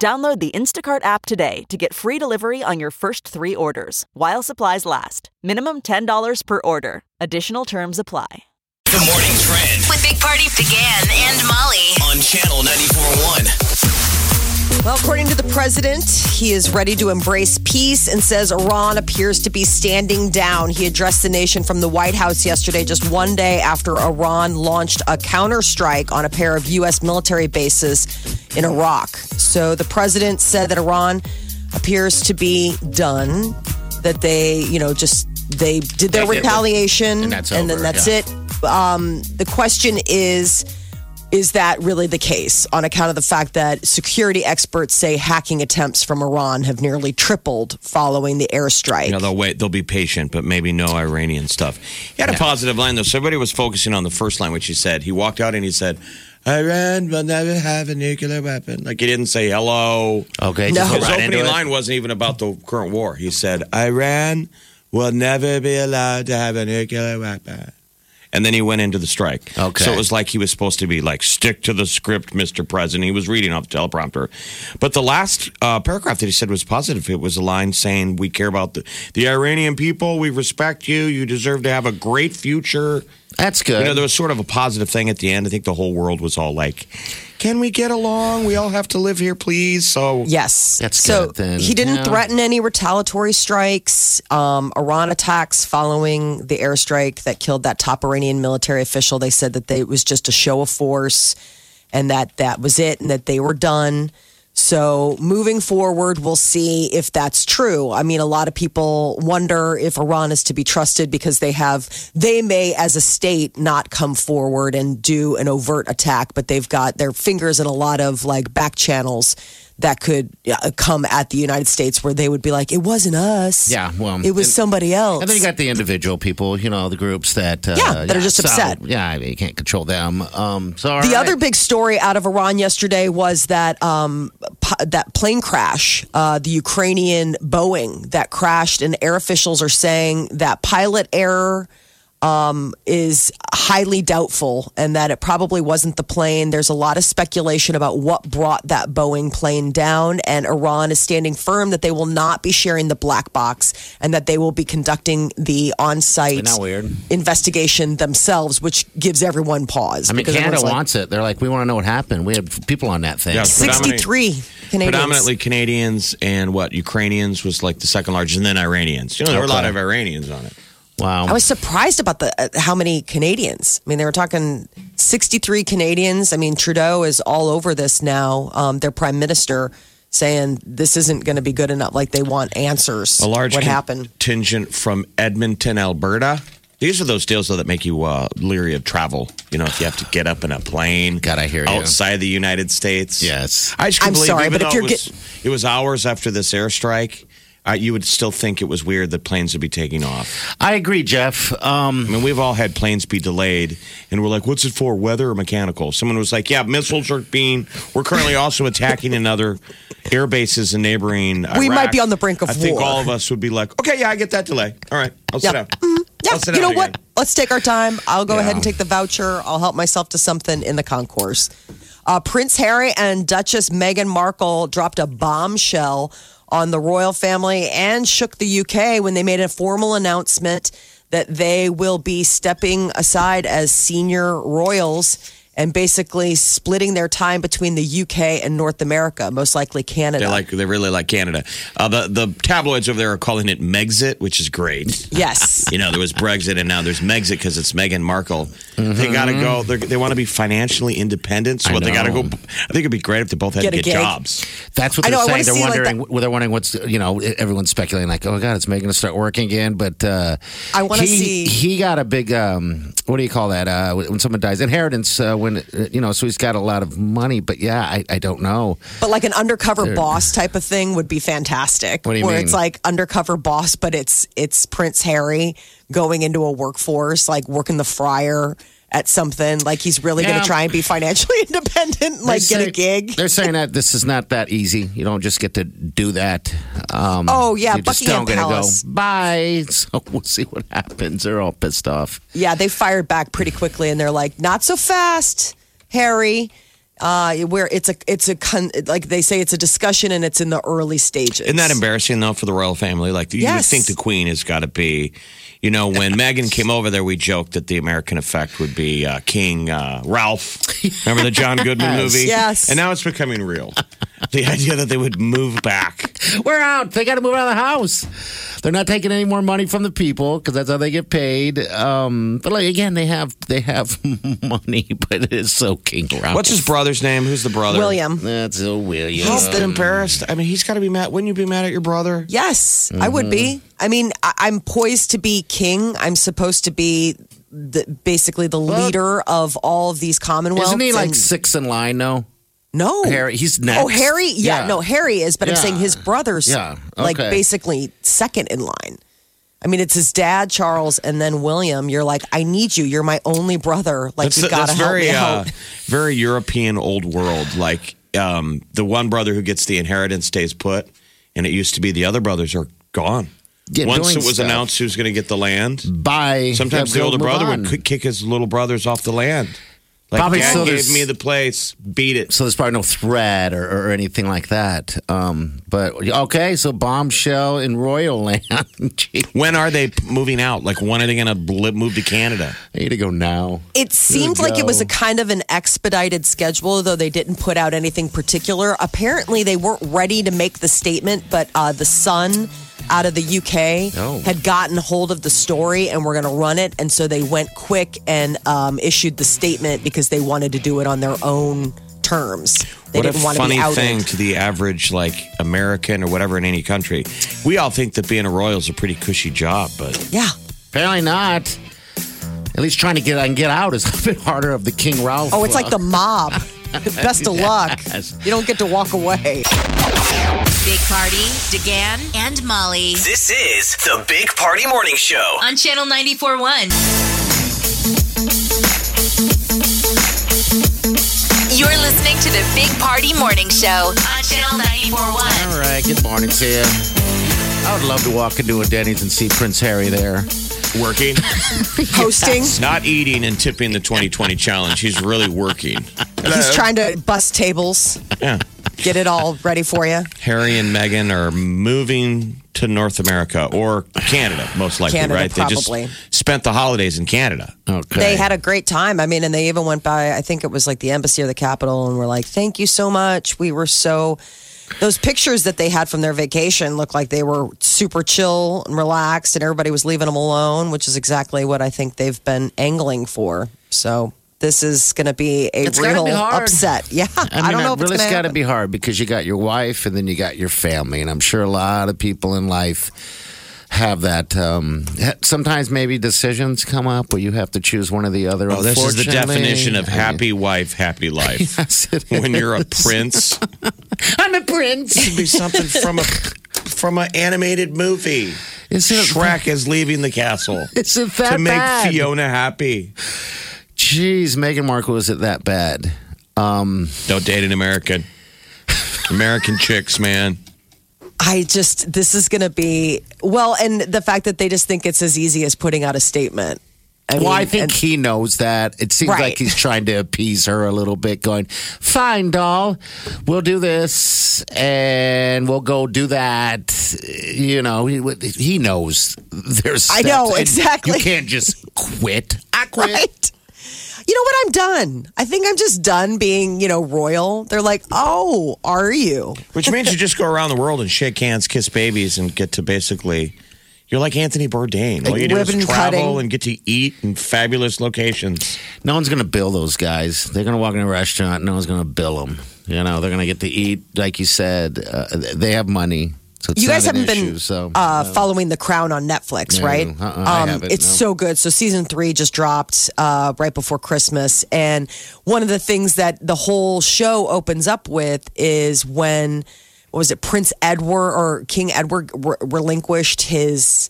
Download the Instacart app today to get free delivery on your first three orders while supplies last. Minimum $10 per order. Additional terms apply. The morning trend With Big Party began and Molly. on channel 941. Well, according to the president, he is ready to embrace peace and says Iran appears to be standing down. He addressed the nation from the White House yesterday, just one day after Iran launched a counterstrike on a pair of U.S. military bases in Iraq. So the president said that Iran appears to be done, that they, you know, just they did their They did what- retaliation, and that's then over, that's yeah. it. Um, the question is is that really the case on account of the fact that security experts say hacking attempts from Iran have nearly tripled following the airstrike? You know, they'll wait. They'll be patient, but maybe no Iranian stuff. He had a positive line though. So everybody was focusing on the first line, which he said. He walked out and he said, "Iran will never have a nuclear weapon." Like he didn't say hello. Okay, No. just go His right into opening it. line wasn't even about the current war. He said, "Iran will never be allowed to have a nuclear weapon." And then he went into the strike. Okay. So it was like he was supposed to be like, stick to the script, Mr. President. He was reading off the teleprompter. But the last uh, paragraph that he said was positive. It was a line saying, We care about the, the Iranian people. We respect you. You deserve to have a great future. That's good. You know, there was sort of a positive thing at the end. I think the whole world was all like, Can we get along? We all have to live here, please. So Yes. That's so good then. he didn't Yeah. threaten any retaliatory strikes. Um, Iran attacks following the airstrike that killed that top Iranian military official. They said that they, it was just a show of force, and that that was it, and that they were done. So moving forward, we'll see if that's true. I mean, a lot of people wonder if Iran is to be trusted because they have they may, as a state, not come forward and do an overt attack, but they've got their fingers in a lot of like back channels that could uh, come at the United States where they would be like, it wasn't us. Yeah, well, it was and- somebody else. And then you got the individual people, you know, the groups that uh, Yeah, that are just so, upset. Yeah, I mean, you can't control them. Um, so all the right. other big story out of Iran yesterday was that um, p- that plane crash, uh, the Ukrainian Boeing that crashed, and air officials are saying that pilot error um, is highly doubtful and that it probably wasn't the plane. There's a lot of speculation about what brought that Boeing plane down, and Iran is standing firm that they will not be sharing the black box and that they will be conducting the on-site Isn't that weird? investigation themselves, which gives everyone pause. I mean, because Canada everyone's like, wants it. They're like, we want to know what happened. We had people on that thing. Yeah. 63 Canadians. predominantly Canadians and what Ukrainians was like the second largest, and then Iranians. You know, there were a lot Okay. of Iranians on it. Wow. I was surprised about the uh, how many Canadians. I mean, they were talking 63 Canadians. I mean, Trudeau is all over this now. Um, their prime minister saying this isn't going to be good enough. Like they want answers. A large what con- happened? contingent from Edmonton, Alberta. These are those deals though that make you uh, leery of travel. You know, if you have to get up in a plane. God, I hear you. outside the United States. Yes. I just couldn't I'm believe, sorry, even but if though you're it was, it was hours after this airstrike. Uh, you would still think it was weird that planes would be taking off. I agree, Jeff. Um, I mean, we've all had planes be delayed, and we're like, "What's it for? Weather or mechanical?" Someone was like, "Yeah, missiles are being. We're currently also attacking another air bases in neighboring. We Iraq." might be on the brink of I think war. all of us would be like, "Okay, yeah, I get that delay. All right, I'll sit Yeah. Mm-hmm. down." Yeah, I'll sit you know down what? again. Let's take our time. I'll go ahead and Yeah. take the voucher. I'll help myself to something in the concourse. Uh, Prince Harry and Duchess Meghan Markle dropped a bombshell on the royal family and shook the UK when they made a formal announcement that they will be stepping aside as senior royals and basically splitting their time between the UK and North America, most likely Canada. They like they really like Canada. Uh, the the tabloids over there are calling it Megxit, which is great. yes. You know, there was Brexit, and now there's Megxit because it's Meghan Markle. Mm-hmm. They got to go. they're- They want to be financially independent, so I what they got to go. know. I think it'd be great if they both had Get to a get gig. jobs. that's what I they're know, I wanna saying. They're see, like, wondering. they're wondering what's you know. e-, Everyone's speculating like, oh god, it's making us start work again. But uh, I wanna he- see- He got a big um, what do you call that? Uh, when someone dies, inheritance uh, win. You know, so he's got a lot of money. But yeah, I, I don't know. But like an undercover boss type of thing would be fantastic. What do you where mean? it's like undercover boss, but it's it's Prince Harry going into a workforce, like working the fryer at something. Like he's really Yeah. gonna try and be financially independent, like They get a say- gig. They're saying that this is not that easy. You don't just get to do that. Um, Oh, yeah, you just Buckingham don't get to go. Palace. Bye. So we'll see what happens. They're all pissed off. Yeah, they fired back pretty quickly, and they're like, "Not so fast, Harry." Uh, where it's a it's a con- like they say it's a discussion and it's in the early stages. Isn't that embarrassing though for the royal family? Like you Yes. would think the queen has got to be, you know, when Meghan came over there, we joked that the American effect would be uh, King uh, Ralph. Remember the John Goodman movie? Yes. And now it's becoming real. the idea that they would move back. We're out. They got to move out of the house. They're not taking any more money from the people because that's how they get paid. Um, but like again, they have they have money, but it is so King Ralph. What's his brother's name? Who's the brother? William? That's a William. He's been embarrassed. I mean, he's got to be mad. Wouldn't you be mad at your brother? Yes, I would be. Mm-hmm. I mean, I- I'm poised to be king. I'm supposed to be the, basically the leader of all of these commonwealths. Isn't he like and- six in line though? no Harry, he's next. Oh, Harry, yeah, no, Harry is, but I'm Yeah. saying his brother's Yeah, like okay. basically second in line. I mean, it's his dad, Charles, and then William. You're like, I need you. You're my only brother. Like, That's, you gotta that's help very, me out. Uh, very European old world. Like um, the one brother who gets the inheritance stays put, and it used to be the other brothers are gone. Yeah, Once doing it was stuff. announced who's going to get the land, By sometimes yeah, the older move brother on. would would kick his little brothers off the land. Like Probably dad so gave there's- me the place, beat it. so there's probably no threat or, or anything like that. Um, but okay, so bombshell in Royal Land. Gee, When are they p- moving out? Like when are they going to move to Canada? I need to go now. It seemed we like it was a go. kind of an expedited schedule, though they didn't put out anything particular. Apparently, they weren't ready to make the statement, but uh, the Sun out of the UK Oh. had gotten hold of the story and were going to run it, and so they went quick and um, issued the statement because they wanted to do it on their own terms. They what a didn't want to funny be outed. thing to the average like American or whatever in any country. We all think that being a royal is a pretty cushy job, but Yeah. Apparently not. At least trying to get and get out is a bit harder of the King Ralph. Oh, it's like the mob. Best of luck. Yes. You don't get to walk away. Big Party, DeGan, and Molly This is the Big Party Morning Show. on Channel 94.1. You're listening to the Big Party Morning Show on Channel 94.1. All right, good morning to you. I would love to walk into a Denny's and see Prince Harry there. working. Hosting. not eating and tipping the 2020 challenge. He's really working. He's trying to bust tables, Yeah. get it all ready for you. Harry and Meghan are moving to North America or Canada, most likely, Canada, right? They probably. just spent the holidays in Canada. Okay. They had a great time. I mean, and they even went by, I think it was like the embassy or the Capitol, and were like, thank you so much. We were so. Those pictures that they had from their vacation looked like they were super chill and relaxed, and everybody was leaving them alone, which is exactly what I think they've been angling for. So this is going to be a It's gotta real be hard. upset. Yeah, I, I, mean, don't know. it if really it's got gonna to happen. be hard because you got your wife and then you got your family, and I'm sure a lot of people in life have that. Um, ha- sometimes maybe decisions come up where you have to choose one or the other. Oh, this is the Unfortunately, definition of I mean, happy wife, happy life. yes, it When you're a is. prince, I'm a prince. be something from a from an animated movie. Is it- Shrek is leaving the castle Is it that to make bad? Fiona happy. Jeez, Meghan Markle is it that bad? Um, Don't date an American. American chicks, man. I just this is going to be well, and the fact that they just think it's as easy as putting out a statement. I well, mean, I think and- he knows that. It seems Right. like he's trying to appease her a little bit, going, "Fine, doll, we'll do this and we'll go do that." You know, he, he knows there's. I steps, know, and exactly. You can't just quit. I quit. right? You know what? I'm done. I think I'm just done being, you know, royal. They're like, oh, are you? Which means you just go around the world and shake hands, kiss babies, and get to basically. You're like Anthony Bourdain. All you do is ribbon travel cutting. and get to eat in fabulous locations. No one's going to bill those guys. They're going to walk in a restaurant. No one's going to bill them. You know, they're going to get to eat, like you said. Uh, they have money. So it's You guys not an haven't issue, been so, uh, following The Crown on Netflix, No, right? Um, uh-uh, I haven't, it's no. so good. So season three just dropped uh, right before Christmas, and one of the things that the whole show opens up with is when what was it Prince Edward or King Edward re- relinquished his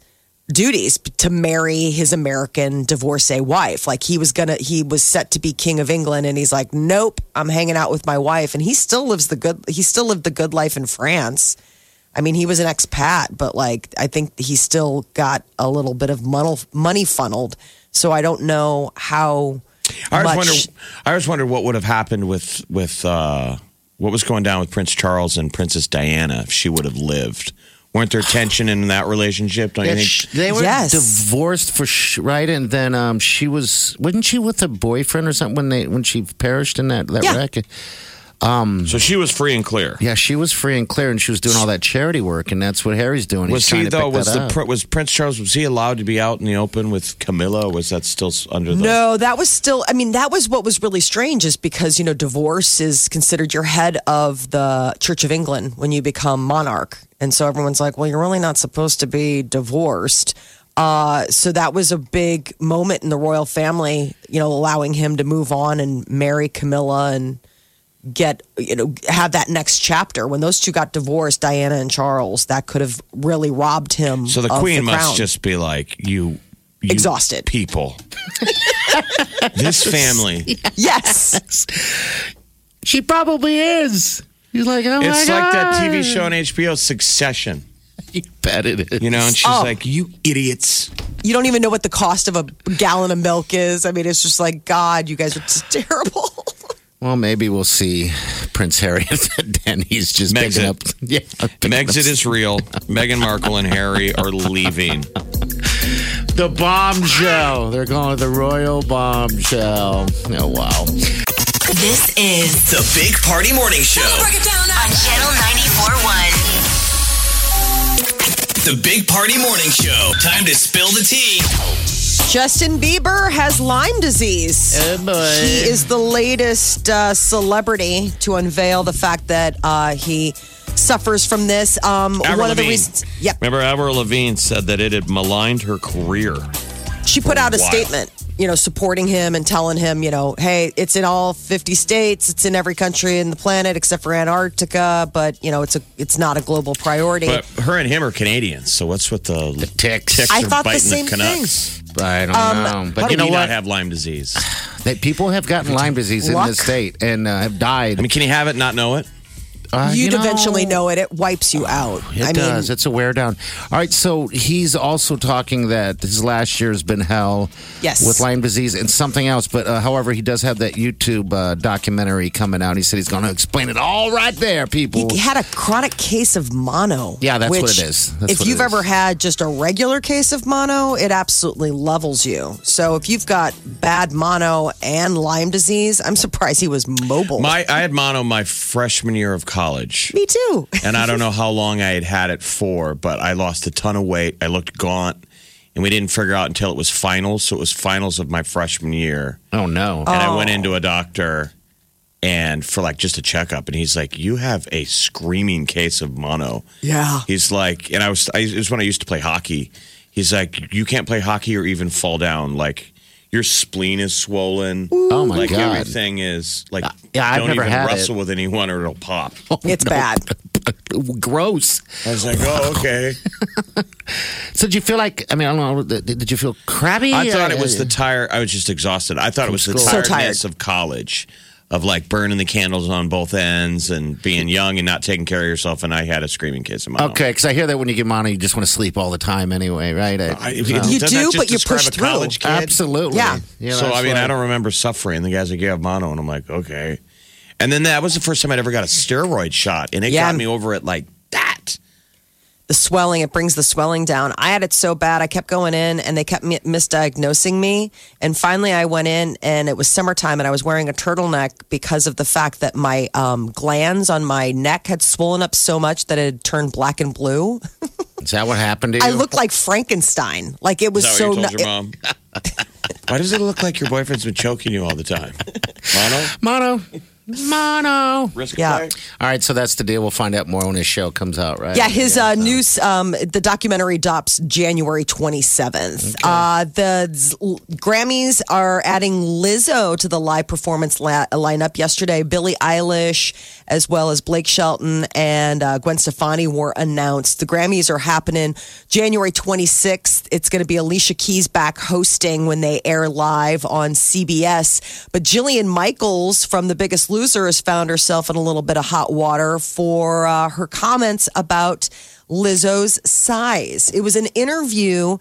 duties to marry his American divorcee wife. Like he was gonna, he was set to be king of England, and he's like, nope, I'm hanging out with my wife, and he still lives the good. He still lived the good life in France. I mean, he was an expat, but like I think he still got a little bit of money money funneled. So I don't know how I always much. wonder. I always wondered what would have happened with with uh, what was going down with Prince Charles and Princess Diana if she would have lived. Weren't there tension in that relationship? Don't you Yeah, think? sh- they were Yes. divorced for sh- right, and then um, she was wasn't she with a boyfriend or something when they when she perished in that that Yeah. wreck? so she was free and clear. Yeah, she was free and clear, and she was doing all that charity work, and that's what Harry's doing. Was He's he trying to though? pick Was that the up. pr- was Prince Charles was he allowed to be out in the open with Camilla? Or was that still s- under the? No, that was still. I mean, that was what was really strange is because you know divorce is considered your head of the Church of England when you become monarch, and so everyone's like, well, you're really not supposed to be divorced. Uh, so that was a big moment in the royal family, you know, allowing him to move on and marry Camilla and get you know have that next chapter when those two got divorced diana and charles that could have really robbed him So the of Queen must crown. just be like you. you Exhausted. people. this family. yes She probably is. He's like, oh It's my like that God. TV show on HBO, Succession. You bet it is. You know, and she's Oh. like, "You idiots." you don't even know what the cost of a gallon of milk is. I mean, it's just like God, you guys are just terrible. Well, maybe we'll see Prince Harry, and then he's just Megxit. picking up. Yeah, picking up- Megxit is real. Meghan Markle and Harry are leaving. the bombshell. They're calling it the royal bombshell. Oh wow. This is The Big Party Morning Show. on Channel 94.1. The Big Party Morning Show. Time to spill the tea. Justin Bieber has Lyme disease. Oh, boy. He is the latest uh, celebrity to unveil the fact that uh, he suffers from this. Um, Avril one of the Lavigne. reasons, yep, Remember, Avril Lavigne said that it had maligned her career. she put out a Wild. statement, you know, supporting him and telling him, you know, hey, it's in all 50 states, it's in every country in the planet except for Antarctica, but you know, it's a, it's not a global priority. But her and him are Canadians, so what's with the, ticks. ticks I are thought the biting same Canucks? I don't know, How but do you know we what? not have Lyme disease? That people have gotten Lyme disease in Luck. this state and uh, have died. I mean, can you have it not know it? Uh, you You'd know, Oh, eventually know it. It wipes you out. It I mean, does. it's a wear down. All right. So he's also talking that his last year has been hell. Yes. With Lyme disease and something else. But uh, however, he does have that YouTube uh, documentary coming out. He said he's going to explain it all right there, people. He had a chronic case of mono. Yeah, that's what which, it is. That's if what it you've is. ever had just a regular case of mono, it absolutely levels you. So if you've got bad mono and Lyme disease, I'm surprised he was mobile. My, I had mono my freshman year of college. Me too. and I don't know how long I had had it for, but I lost a ton of weight. I looked gaunt, and we didn't figure out until it was finals. So it was finals of my freshman year, oh, no. and I went into a doctor and for like just a checkup, and he's like, "You have a screaming case of mono." Yeah. He's like, and I was, I, it was when I used to play hockey. He's like, "You can't play hockey or even fall down. Like your spleen is swollen." Oh, my like God. everything is like yeah, I've don't never even had it. wrestle with anyone or it'll pop. It's bad. Gross. I was like, oh okay. So did you feel like, I mean, I don't know, did did you feel crabby? I thought Uh, it was the tire. I was just exhausted. I thought it was the school. So tired. tiredness of college, of like burning the candles on both ends and being young and not taking care of yourself. And I had a screaming case in my Okay, because I hear that when you get mono, you just want to sleep all the time anyway, right? I- I, so- You doesn't do, that just but you describe push a through. college kid? Absolutely. Yeah. You know, so that's I mean, why- I don't remember suffering. The guy's like, "You have mono," and I'm like, "Okay." And then that was the first time I'd ever got a steroid shot, and it Yeah. got me over it like that. the swelling it brings the swelling down i had it so bad i kept going in and they kept mi- misdiagnosing me and finally i went in and it was summertime and i was wearing a turtleneck because of the fact that my um, glands on my neck had swollen up so much that it had turned black and blue Is that what happened to you? i looked like frankenstein like it was Is that so what you nu- told your mom? Why does it look like your boyfriend's been choking you all the time? Mono? mono. Mono. Risk Yeah. play. All right, so that's the deal. We'll find out more when his show comes out, right? Yeah, his uh, news, um, the documentary drops January 27th. Uh, the Z- L- Grammys are adding Lizzo to the live performance la- lineup yesterday. Billie Eilish, as well as Blake Shelton and uh, Gwen Stefani, were announced. The Grammys are happening January 26th. It's going to be Alicia Keys back hosting when they air live on CBS. But Jillian Michaels from The Biggest Loser has found herself in a little bit of hot water for uh, her comments about Lizzo's size. It was an interview.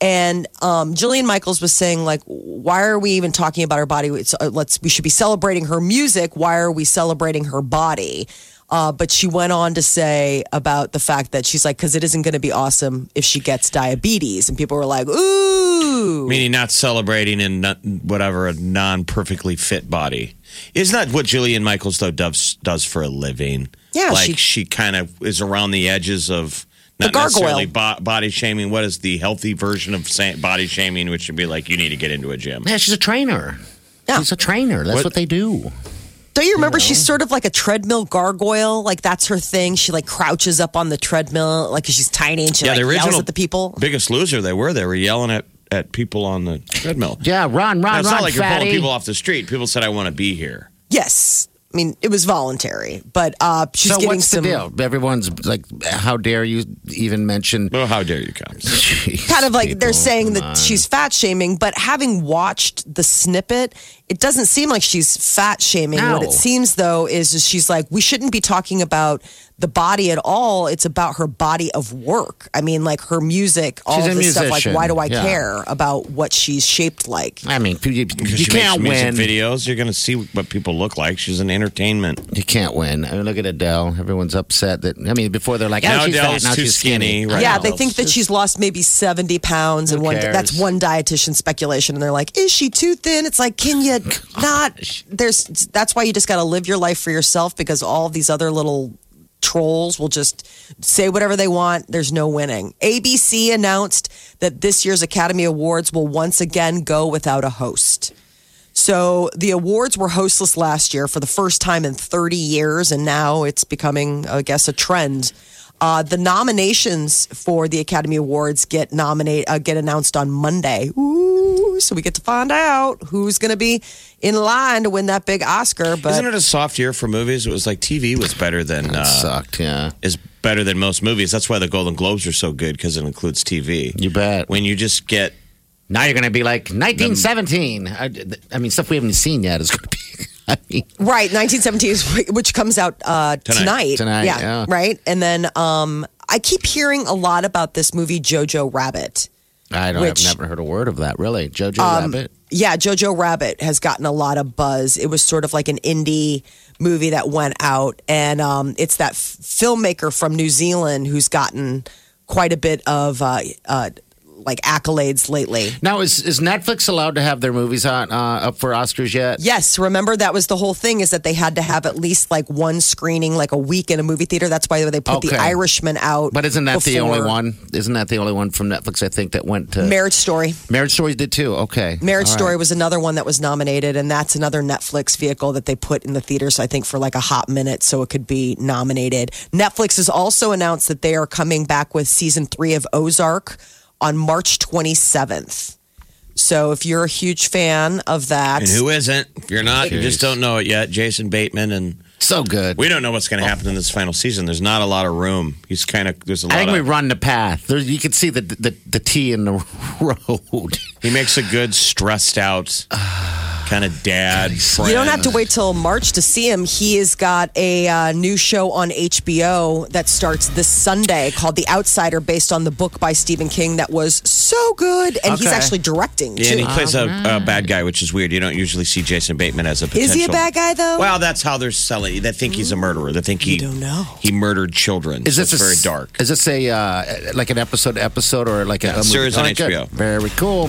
And um, Jillian Michaels was saying, like, why are we even talking about her body? It's, uh, let's we should be celebrating her music. Why are we celebrating her body? Uh, but she went on to say about the fact that she's like, because it isn't going to be awesome if she gets diabetes. And people were like, ooh. Meaning not celebrating in not, whatever a non perfectly fit body. Isn't that what Jillian Michaels though does does for a living? Yeah, like she- she, kind of is around the edges of The not necessarily gargoyle. bo- body shaming. What is the healthy version of sa- body shaming, which should be like you need to get into a gym? Yeah, she's a trainer. Yeah. She's a trainer. That's what, What- they do. Don't you remember? She's sort of like a treadmill gargoyle. Like, that's her thing. She, like, crouches up on the treadmill, like, 'cause she's tiny and she, Yeah, like, the yells original at the people. Biggest Loser, they were they were yelling at at people on the treadmill. Yeah, run, Now, run, it's run, not like you're fatty. pulling people off the street. People said, "I want to be here." Yes. I mean, it was voluntary, but uh, she's so getting what's some the deal? Everyone's like, how dare you even mention? Well, how dare you come? Jeez, kind of like they're people, saying come that on. she's fat shaming, but having watched the snippet, it doesn't seem like she's fat shaming. What No. it seems though is, is she's like, we shouldn't be talking about the body at all. It's about her body of work. I mean, like her music, all She's of a this stuff. Like, musician, why do I yeah. care about what she's shaped like? I mean, you, you Because she can't makes win. music videos. You're going to see what people look like. She's an entertainment. You can't win. I mean, look at Adele. Everyone's upset that. I mean, before they're like, Now oh, she's Adele's fat, now too she's skinny. skinny, right? yeah, know. they think that she's lost maybe 70 pounds and Who one cares? that's one dietitian speculation and they're like, "Is she too thin?" It's like, "Can you not there's that's why you just got to live your life for yourself because all of these other little trolls will just say whatever they want. There's no winning." ABC announced that this year's Academy Awards will once again go without a host. So the awards were hostless last year for the first time in 30 years, and now it's becoming, I guess, a trend. Uh, the nominations for the Academy Awards get nominate uh, get announced on Monday. Ooh, so we get to find out who's going to be in line to win that big Oscar. But Isn't it a soft year for movies? It was like TV was better than That uh, sucked. Yeah. is better than most movies. That's why the Golden Globes are so good because it includes TV. You bet. When you just get Now you're going to be like 1917. I, I mean, stuff we haven't seen yet is going to be. I mean, Right, 1917, is- which comes out uh, Tonight. tonight. Tonight, yeah. Right, and then um, I keep hearing a lot about this movie Jojo Rabbit. I don't. Which- I've never heard a word of that. Really, Jojo Rabbit. Yeah, Jojo Rabbit has gotten a lot of buzz. It was sort of like an indie movie that went out, and um, it's that f- filmmaker from New Zealand who's gotten quite a bit of uh, uh, like accolades lately. Now, is is Netflix allowed to have their movies on, uh, up for Oscars yet? Yes, remember that was the whole thing is that they had to have at least like one screening, like a week in a movie theater. That's why they put Okay. The Irishman out. But isn't that the only before one? Isn't that the only one from Netflix? I think that went to Marriage Story. Marriage Stories did too. Okay, Marriage All Story right. was another one that was nominated, and that's another Netflix vehicle that they put in the theaters, I think, for like a hot minute so it could be nominated. Netflix has also announced that they are coming back with season three of Ozark on March 27th. So if you're a huge fan of that, and who isn't? If you're not, you just don't know it yet. Jason Bateman and so good. we don't know what's going Oh. to happen in this final season. There's not a lot of room. He's kind of there's a lot. I think of, we run the path. There, you can see the the, the T in the road. He makes a good stressed out kind of dad. you don't have to wait till March to see him. He has got a uh, new show on HBO that starts this Sunday called The Outsider, based on the book by Stephen King that was so good, and he's Okay. actually directing too. Yeah, and he plays a, a bad guy, which is weird. You don't usually see Jason Bateman as a potential. Is he a bad guy though? Well, that's how they're selling. They think he's a murderer. They think he don't know. he murdered children. Is this That's a very s- dark? Is this a uh, like an episode to episode or like a, a series on movie? All right, HBO. good. Very cool.